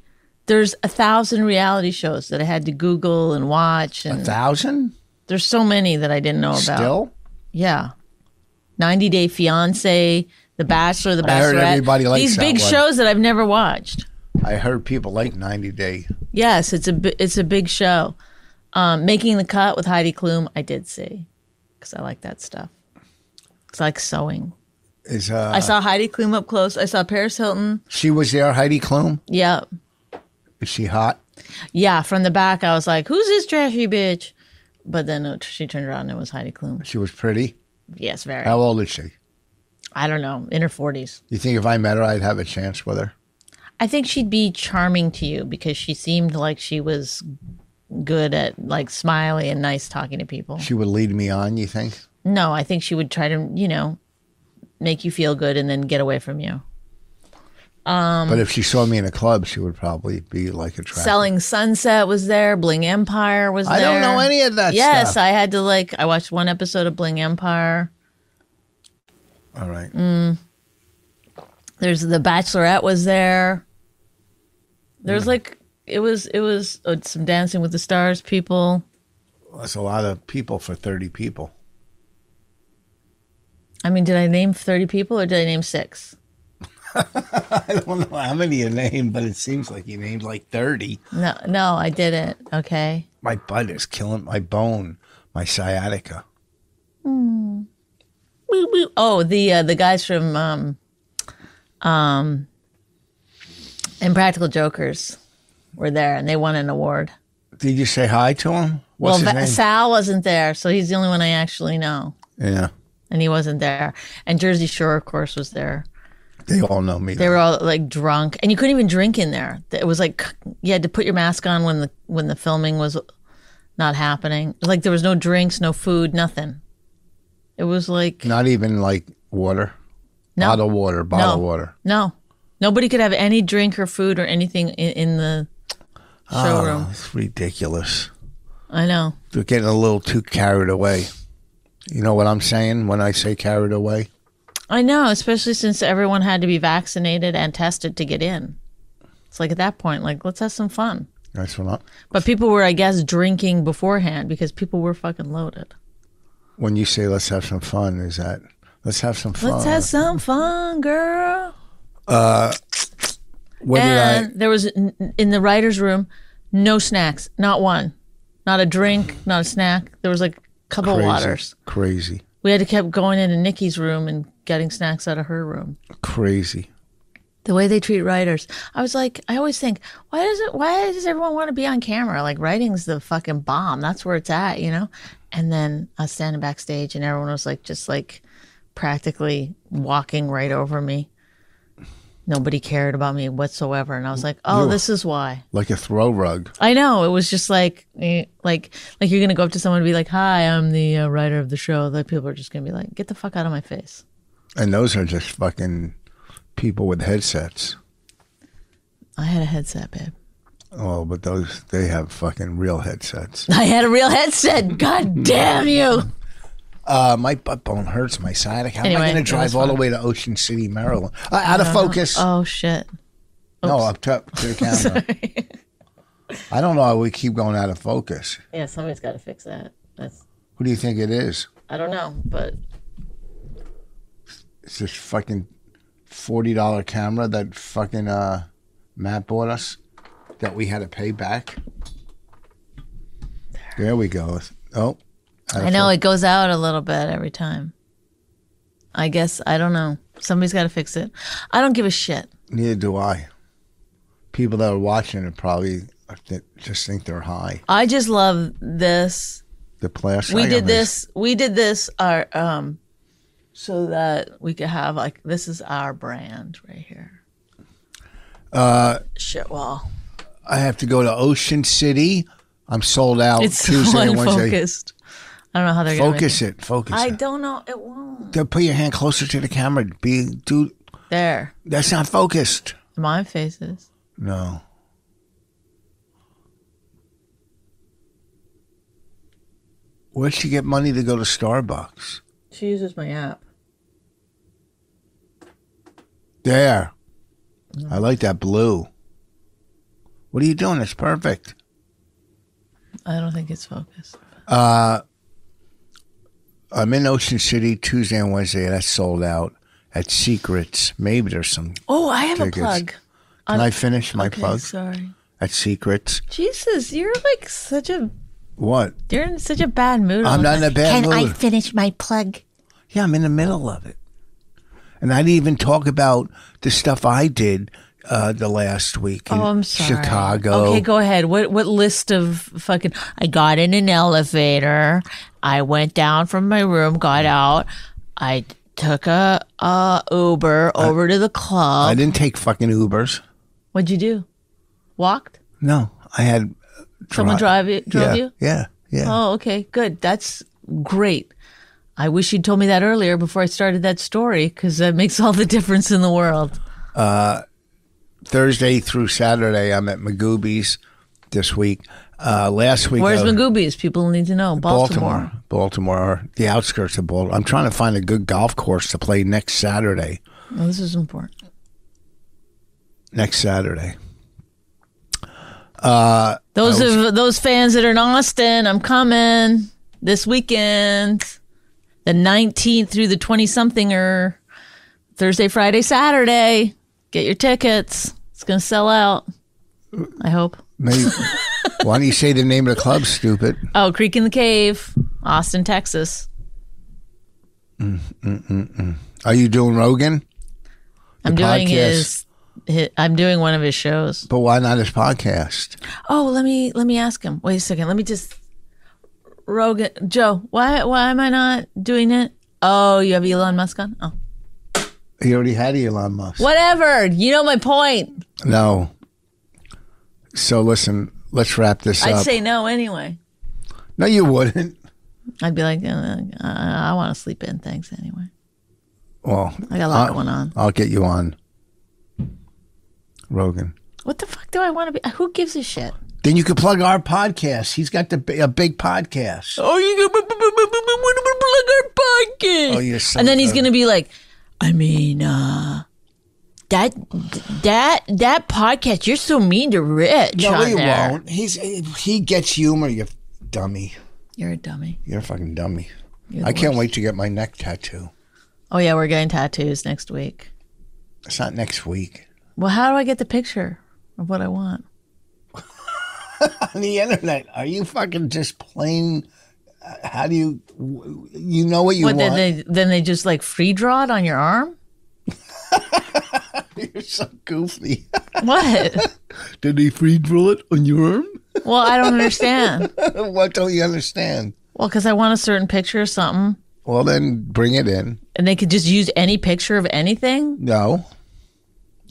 there's a thousand reality shows that I had to Google and watch,
a
and
thousand
there's so many that I didn't know about.
still.
Yeah, 90 Day Fiance, The Bachelor, The Bachelorette.
Hmm. I heard everybody likes
these
that
big
one.
shows that I've never watched.
I heard people like 90 Day.
Yes, it's a bi- it's a big show. Um, Making the cut with Heidi Klum, I did see because I like that stuff. Because I like sewing.
Is uh,
I saw Heidi Klum up close. I saw Paris Hilton.
she was there? Heidi Klum.
Yeah.
Is she hot?
Yeah. From the back, I was like, who's this trashy bitch? But then it, she turned around and it was Heidi Klum.
She was pretty.
Yes, very.
How old is she?
I don't know, in her 40s.
You think if I met her, I'd have a chance with her?
I think she'd be charming to you because she seemed like she was good at like smiley and nice talking to people.
She would lead me on. You think?
No, I think she would try to, you know, make you feel good and then get away from you. Um,
but if she saw me in a club, she would probably be like attracted.
Selling Sunset was there. Bling Empire was
I
there.
don't know any of that
Yes,
stuff.
I had to like, I watched one episode of Bling Empire.
All right.
Mm. There's the Bachelorette was there. There's
Hmm.
like it was it was uh, some Dancing with the Stars people.
That's a lot of people for 30 people.
I mean, did I name thirty people or did I name six?
I don't know how many you named, but it seems like you named like 30.
No, no, I didn't. Okay,
My butt is killing my bone, my sciatica.
Boop, boop. oh the uh, the guys from um, um, Impractical Jokers were there and they won an award.
Did you say hi to him? What's
well, Va-
his name?
Sal wasn't there, so he's the only one I actually know,
yeah.
and he wasn't there. And Jersey Shore, of course, was there.
They all know me.
They were all like drunk, and you couldn't even drink in there. It was like you had to put your mask on when the when the filming was not happening. Like there was no drinks, no food, nothing. It was like
Not even like water.
No.
Bottled water, bottled
No.
water.
no, nobody could have any drink or food or anything in, in the showroom.
Oh, It's ridiculous.
I know.
They're getting a little too carried away. You know what I'm saying when I say carried away?
I know, especially since everyone had to be vaccinated and tested to get in. It's like at that point, like let's have some fun.
That's what I,
But people were, I guess, drinking beforehand because people were fucking loaded.
when you say let's have some fun, is that let's have some fun.
Let's have some fun, girl.
what did I-
and there was n- in the writers' room no snacks, not one, not a drink, not a snack. There was like a couple
crazy,
waters.
Crazy.
We had to keep going into Nikki's room and getting snacks out of her room.
Crazy.
The way they treat writers, I was like, I always think, why does it? Why does everyone want to be on camera? Like writing's the fucking bomb. That's where it's at, you know. And then I was standing backstage, and everyone was like, just like practically walking right over me. Nobody cared about me whatsoever, and I was like, oh, this is why.
Like a throw rug.
I know it was just like, eh, like, like you're gonna go up to someone and be like, "Hi, I'm the uh, writer of the show." Like people are just gonna be like, "Get the fuck out of my face."
And those are just fucking people with headsets.
I had a headset, babe.
Oh, but those they have fucking real headsets.
I had a real headset. God damn you!
Uh, my butt bone hurts my sciatic. How am I
Anyway,
going
that
to drive
was
all the
fun.
way to Ocean City, Maryland? Uh, out of focus.
Oh shit!
no, up top to the camera. I don't know why we keep going out of focus.
Yeah, somebody's got to fix that. That's
Who do you think it is?
I don't know, but
It's this fucking forty dollar camera that fucking uh, Matt bought us that we had to pay back. There we go. Oh, out
I
of
know
focus.
it goes out a little bit every time. I guess I don't know. Somebody's got to fix it. I don't give a shit.
Neither do I. People that are watching it probably uh, th- just think they're high.
I just love this
The plastic.
we did this we did this our um so that we could have like this is our brand right here uh shit wall
oh, I have to go to Ocean City. I'm sold out
it's
Tuesday
so
and Wednesday.
unfocused i don't know how they're gonna
Focus
make
it. Focus
i
it.
don't know it won't
Then put your hand closer to the camera. Be dude.
there
That's not focused.
my faces
No. Where'd she get money to go to Starbucks?
she uses my app
There. I like that blue. What are you doing? It's perfect.
i don't think it's focused
Uh, I'm in Ocean City Tuesday and Wednesday. That's sold out at Secrets. Maybe there's some.
oh i have
Tickets.
a plug
Can i finish my
okay
plug
sorry
at Secrets?
jesus you're like such a
What?
you're in such a bad mood
I'm not in a bad
Can I
mood.
finish my plug?
yeah, I'm in the middle of it, and I didn't even talk about the stuff I did uh, the last week in
Oh, I'm sorry.
Chicago.
Okay, go ahead. What what list of fucking? I got in an elevator. I went down from my room, got out. I took a, a Uber over to the
I
club.
didn't take fucking Ubers.
What'd you do? Walked?
No, I had
Someone drive you? Drove
yeah,
you?
Yeah, yeah.
Oh, okay, good. That's great. I wish you'd told me that earlier before I started that story because that makes all the difference in the world.
Thursday through Saturday, I'm at Magoobies this week. Uh, last week,
Where's
I was-
Magoobies? People need to know. Baltimore.
Baltimore, Baltimore, the outskirts of Baltimore. I'm trying to find a good golf course to play next Saturday.
Oh, this is important.
Next Saturday.
Those of those fans that are in Austin, I'm coming this weekend, the 19th through the 20 somethinger, Thursday, Friday, Saturday. Get your tickets. It's gonna sell out. I hope.
Maybe, why don't you say the name of the club, stupid?
Oh, Creek in the Cave, Austin, Texas.
Are you doing Rogan?
I'm doing
podcast.
his, his. I'm doing one of his shows.
But why not his podcast?
Oh, let me let me ask him. Wait a second. Let me just Rogan Joe. Why why am I not doing it? Oh, you have Elon Musk on. Oh,
He already had Elon Musk.
whatever. You know my point.
No. So listen, let's wrap this
I'd
up.
say no anyway.
no, you wouldn't.
I'd be like, uh, uh, I want to sleep in. Thanks anyway.
Well,
I got a lot
I'll-
going on.
I'll get you on Rogan.
What the fuck do I want to be? Who gives a shit?
Then you could plug our podcast. He's got the bi- a big podcast.
Oh, you want to plug our podcast?
Oh, you're so
and then he's
good.
gonna be like, I mean, uh, that that that podcast. You're so mean to Rich.
No,
on
he
there.
won't. He's he gets humor. You dummy.
You're a dummy.
You're a fucking dummy. I can't wait to get my neck tattoo.
Oh yeah, we're getting tattoos next week.
It's not next week.
Well, how do I get the picture of what I want?
On the internet, are you fucking just plain? uh, How do you? You know what you
What
want.
then they then they just like free draw it on your arm?
You're so goofy.
What?
Did he free drill it on your arm?
well, I don't understand.
what don't you understand?
Well, because I want a certain picture or something,
Well, then bring it in.
and they could just use any picture of anything.
No,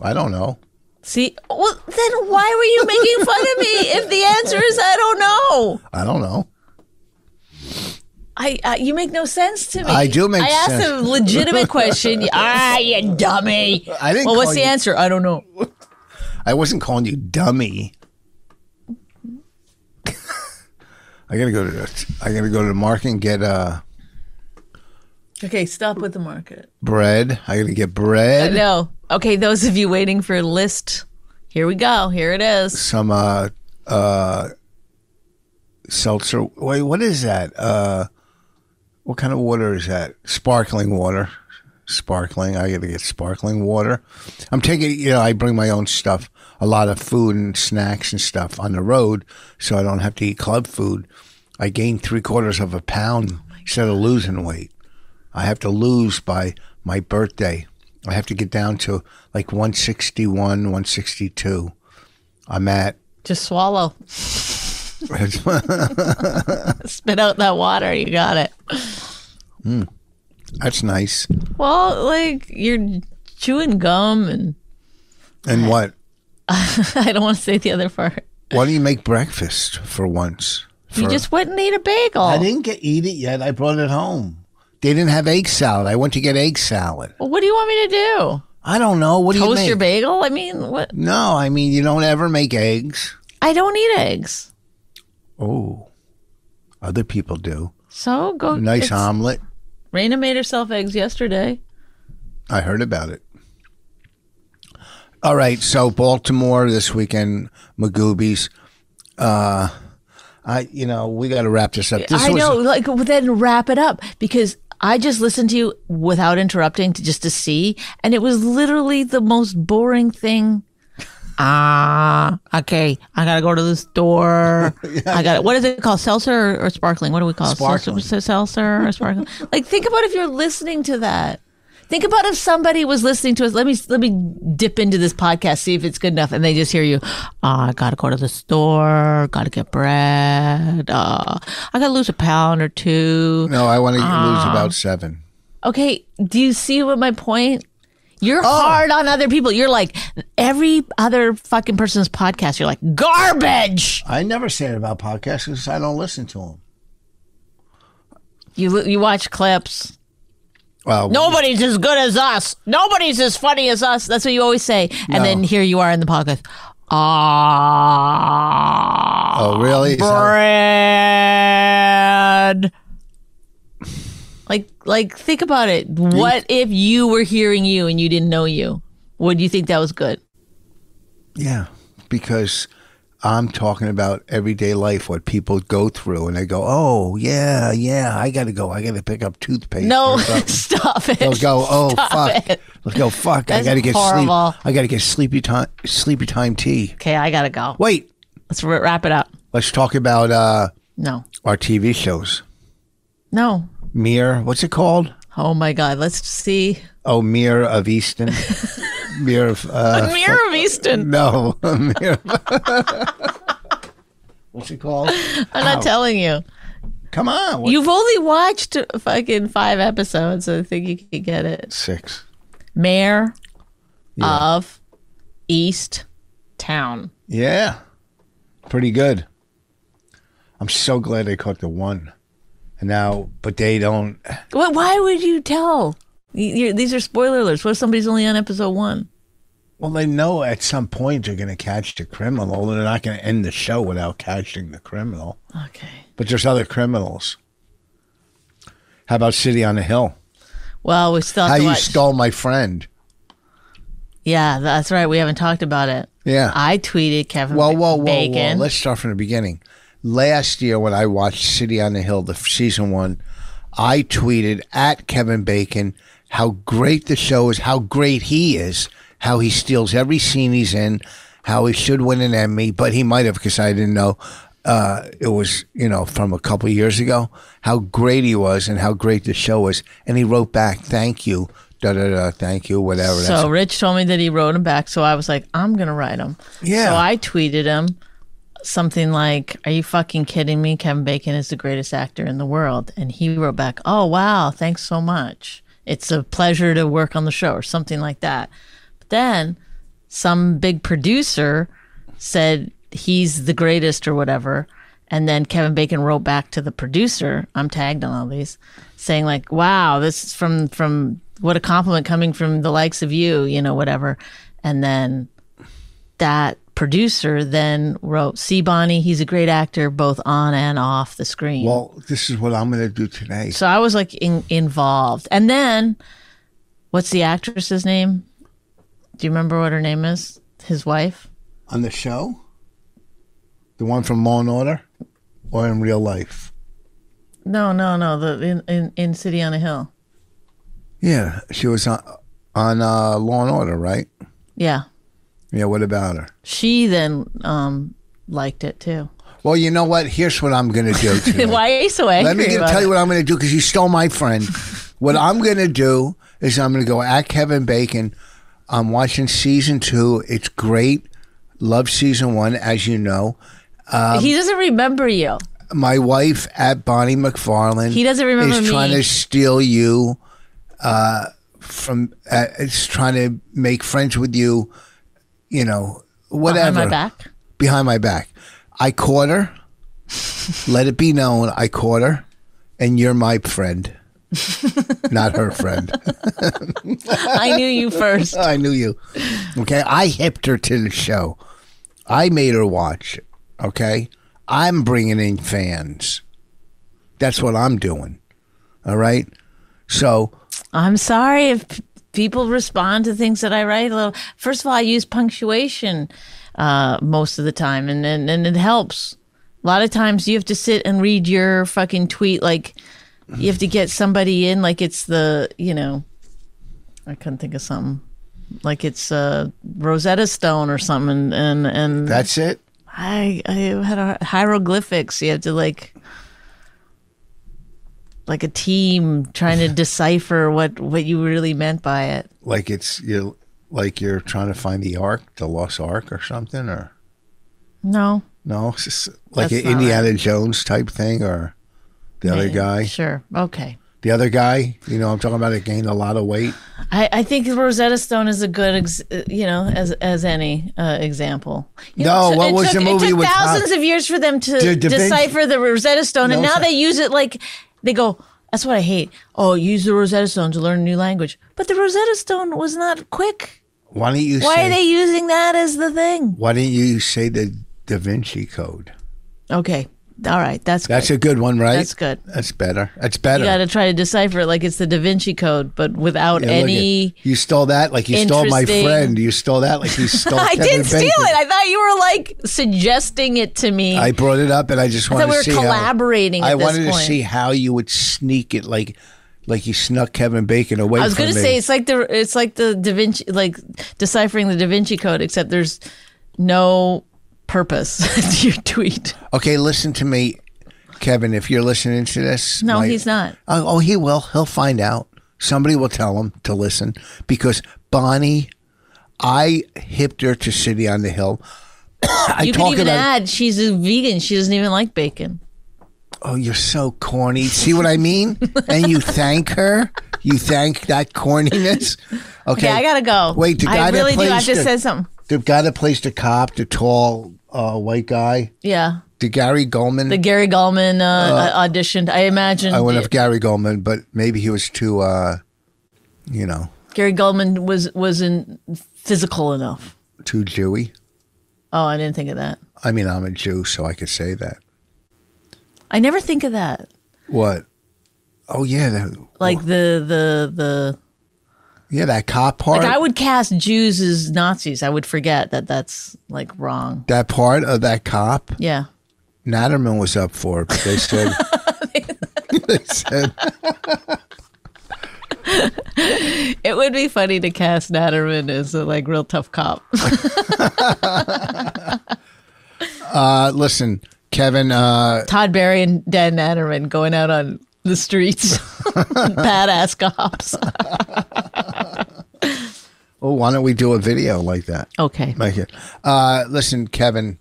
I don't know.
See, well, then why were you making fun of me? If the answer is I don't know,
I don't know.
I, I you make no sense to me.
I do make
I asked
sense.
a legitimate question. ah, you dummy.
I didn't.
Well,
call
what's the
you-
answer? I don't know.
I wasn't calling you dummy. I gotta go to the, I gotta go to the market and get uh
Okay, stop with the market.
bread. I gotta get bread,
No. Okay, those of you waiting for a list, here we go. Here it is.
some uh uh seltzer. Wait, what is that? Uh, what kind of water is that? Sparkling water. Sparkling. I gotta get sparkling water. I'm taking. You know, I bring my own stuff. A lot of food and snacks and stuff on the road, so I don't have to eat club food. I gained three quarters of a pound instead of losing weight. I have to lose by my birthday. I have to get down to like 161, 162. I'm at.
Just swallow. Spit out that water. You got it.
That's nice.
Well, like you're chewing gum, and
And what?
I don't want to say the other part.
Why don't you make breakfast for once?
You
For-
just wouldn't eat a bagel.
I didn't get eat it yet. I brought it home. They didn't have egg salad. I went to get egg salad.
Well, what do you want me to do?
I don't know. What do you
Toast
make?
your bagel? I mean, what?
no, I mean you don't ever make eggs.
I don't eat eggs,
Oh, other people do.
so go.
Nice
it's-
omelet.
Raina made herself eggs yesterday.
I heard about it. All right, so Baltimore this weekend, Magoobies. Uh, I you know we got to wrap this up. This
I
was-
know. Like, well, then wrap it up because I just listened to you without interrupting to just to see, and it was literally the most boring thing. Ah, okay. I gotta go to the store. I got what is it called, seltzer or, or sparkling? What do we call it?
Sparkling.
Seltzer, seltzer or sparkling? like, think about if you're listening to that. Think about if somebody was listening to us. Let me let me dip into this podcast, see if it's good enough, and they just hear you. Uh, I gotta go to the store. Gotta get bread. Uh, I gotta lose a pound or two.
No, I want to lose
Ah.
about seven.
Okay, do you see what my point? You're hard on other people. You're like every other fucking person's podcast. You're like garbage.
I never say it about podcasts because I don't listen to them.
You li- you watch clips.
Well,
Nobody's as good as us.
Nobody's as funny as us. That's what you always say. And then here you are in the podcast.
Ah,
oh, really? Is that-
bread.
Like like think about it. What if you were hearing you and you didn't know you? Would you think that was good?
yeah, because I'm talking about everyday life, what people go through, and they go, "Oh, yeah, yeah, I got to go. I got to pick up toothpaste."
No,
or something.
stop it.
They'll go, oh
Stop
fuck.
it.
They'll go, fuck. I
That's
gotta get
horrible.
sleep. I gotta get sleepy time. Sleepy time tea.
Okay, I gotta go.
Wait,
Let's r- wrap it up.
let's talk about uh,
No,
our TV shows.
no.
Mir, what's it called?
Oh my God. Let's see.
Oh, Mir of Easton. Mir of uh,
Mirror of Easton.
no. Mir of- what's it called?
I'm not telling you.
Come on. What?
You've only watched fucking five episodes, so I think you can get it.
six.
Mayor of East Town.
Yeah, pretty good. I'm so glad they caught the one. And now, but they don't.
What, why would you tell? You- you- these are spoiler alerts. What if somebody's only on episode one?
Well, they know at some point they're going to catch the criminal. They're not going to end the show without catching the criminal.
Okay.
But there's other criminals. How about City on the Hill?
Well, we still have
How
to
you
watch.
stole my friend.
yeah, that's right. We haven't talked about it.
Yeah.
I tweeted Kevin
Whoa, whoa, whoa, whoa.
Bacon.
Let's start from the beginning. Last year, when I watched City on the Hill, the f- season one, I tweeted at Kevin Bacon how great the show is, how great he is, how he steals every scene he's in, how he should win an Emmy, but he might have because I didn't know. Uh, it was, you know, from a couple years ago, how great he was and how great the show was. And he wrote back, thank you, da da da, thank you, whatever. That's-
So Rich told me that he wrote him back, so I was like, I'm gonna write him.
Yeah.
So I tweeted him something like, "Are you fucking kidding me? Kevin Bacon is the greatest actor in the world," and he wrote back, "Oh wow, thanks so much. It's a pleasure to work on the show," or something like that. But then some big producer said he's the greatest or whatever. And then Kevin Bacon wrote back to the producer, I'm tagged on all these, saying like, "Wow, this is from from what a compliment coming from the likes of you, you know, whatever." And then that producer then wrote, "See Bonnie, he's a great actor both on and off the screen."
well, this is what I'm going to do today.
so I was like in, involved. And then what's the actress's name? Do you remember what her name is? His wife?
on the show? The one from Law and Order, or in real life?
No, no, no. The in in, in City on a Hill.
Yeah, she was on on uh, Law and Order, right?
Yeah,
Yeah. What about her?
she then um liked it too.
Well, you know what? Here's what I'm going to do. today.
Why are you so angry?
Let me get,
about
tell
it?
you what I'm going to do because you stole my friend. what I'm going to do is I'm going to go at Kevin Bacon. I'm watching season two. It's great. Love season one, as you know.
Um, he doesn't remember you.
my wife at Bonnie McFarland.
He doesn't remember
is
me.
trying to steal you uh, from. Uh, it's trying to make friends with you. You know, whatever.
Behind my back.
Behind my back. I caught her. Let it be known, I caught her, and you're my friend, not her friend.
I knew you first.
I knew you. Okay, I hipped her to the show. I made her watch it. Okay, I'm bringing in fans. That's what I'm doing. All right. So
I'm sorry if p- people respond to things that I write a little. First of all, I use punctuation uh, most of the time, and, and and it helps. A lot of times you have to sit and read your fucking tweet. Like you have to get somebody in. Like it's the you know, I couldn't think of something. Like it's uh, Rosetta Stone or something, and and
that's it.
I I had a, hieroglyphics. You have to like like a team trying to decipher what what you really meant by it.
Like it's you. Like you're trying to find the ark, the lost ark, or something, or
No,
no, it's just like an
That's not
Indiana Jones type thing, or the other guy.
Sure. Okay.
The other guy. You know, I'm talking about. It gained a lot of weight.
I, I think Rosetta Stone is a good, ex, you know, as as any uh, example. You
No,
know, it
what
took-
was the
it
movie
took
with uh, Tom-
thousands of years for them to
Da- Da Vinci-
decipher the Rosetta Stone, and
No,
now
sir.
they use it like they go. That's what I hate. Oh, use the Rosetta Stone to learn a new language, but the Rosetta Stone was not quick.
Why don't you?
Why
say,
are they using that as the thing?
Why didn't you say the Da Vinci Code?
Okay. All right. That's
That's
good.
a good one, right?
That's good.
That's better. That's
You
better.
got to try to decipher it like it's the Da Vinci Code, but without
Yeah, look
any.
at- you stole that like you stole my
interesting-
friend. You stole that like you stole.
I
Kevin
didn't steal
Bacon.
it. I thought you were like suggesting it to me.
I brought it up, and I just
I
wanted
thought we were
to see
collaborating.
How,
at
I
this
wanted to
point.
see how you would sneak it, like, like you snuck Kevin Bacon away.
I was
going
gonna
to
say it's like the it's like the Da Vinci like deciphering the Da Vinci Code, except there's no purpose to your tweet.
Okay, listen to me, Kevin. If you're listening to this,
No,
my-
he's not.
Oh, oh, he will. He'll find out. Somebody will tell him to listen because Bonnie, I hipped her to City on the Hill. I
You can
talk
even
about.
add she's a vegan. She doesn't even like bacon.
Oh, you're so corny. See what I mean? and you thank her. You thank that corniness. Okay,
Okay, I gotta go.
Wait, the guy
I really
that
do.
plays
I just
the,
said something.
the guy that plays the cop, the tall uh, white guy,
Yeah.
the Gary Goldman.
The Gary Gallman uh, auditioned. I imagine
I went up Gary Goldman, but maybe he was too, uh, you know,
Gary Gallman was wasn't physical enough.
too Jewy.
Oh, I didn't think of that.
I mean, I'm a Jew, so I could say that.
I never think of that.
What? Oh yeah, that, oh,
Like the the the
yeah, that cop part.
like I would cast Jews as Nazis. I would forget that that's like wrong.
that part of that cop.
Yeah.
Natterman was up for it, but they said. they said
It would be funny to cast Natterman as a like real tough cop.
uh, listen, Kevin. Uh,
Todd Barry and Dan Natterman going out on the streets, badass cops.
well, oh, why don't we do a video like that?
Okay.
Make it. Uh, listen, Kevin.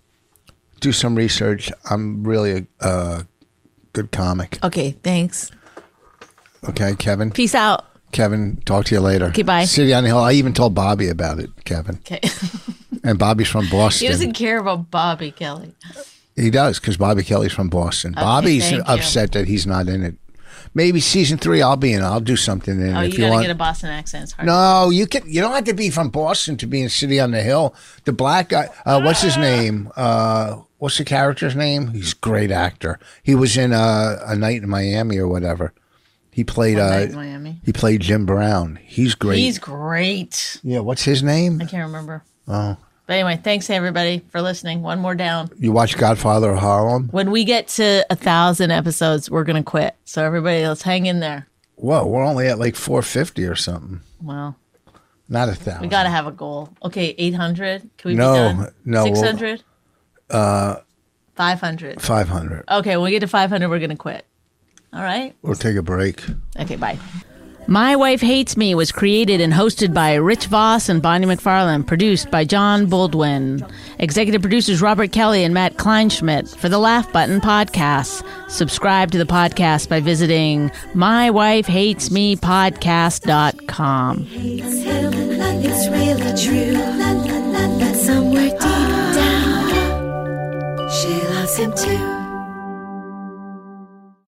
Do some research. I'm really a uh, good comic.
Okay. Thanks.
Okay, Kevin.
Peace out.
Kevin, talk to you later.
Okay, bye.
City on the Hill. I even told Bobby about it, Kevin.
Okay.
And Bobby's from
he doesn't
Boston.
care about Bobby Kelly.
He does, because Bobby Kelly's from Boston. Bobby's
thank you.
upset that he's not in it. Maybe season three, I'll be in. it. I'll do something in. it
Oh,
if you
you gotta
want.
get a Boston accent. It's hard.
no, you can. You don't have to be from Boston to be in City on the Hill. The black guy. Uh, what's his name? Uh, what's the character's name? He's a great actor. He was in uh, a night in Miami or whatever. He played.
Night
Uh,
in Miami.
he played Jim Brown. He's great.
He's great.
yeah. What's his name?
I can't remember. Oh. But anyway, thanks everybody for listening. One more down.
You watch Godfather of Harlem?
When we get to a thousand episodes, we're gonna quit. So everybody, let's hang in there.
Whoa, we're only at like 450 or something.
Well,
Not a thousand.
we gotta have a goal. Okay, eight hundred. Can we
No,
be done?
no, we'll-
Six hundred. Uh. Five hundred.
500.
Okay, when we get to 500, we're going to quit. All right.
We'll take a break.
Okay, bye. My Wife Hates Me was created and hosted by Rich Voss and Bonnie McFarlane, produced by John Baldwin. Executive producers Robert Kelly and Matt Kleinschmidt for the Laugh Button Podcast. Subscribe to the podcast by visiting mywifehatesmepodcast.com.
hates him. It's really true that somewhere deep down, she loves him too.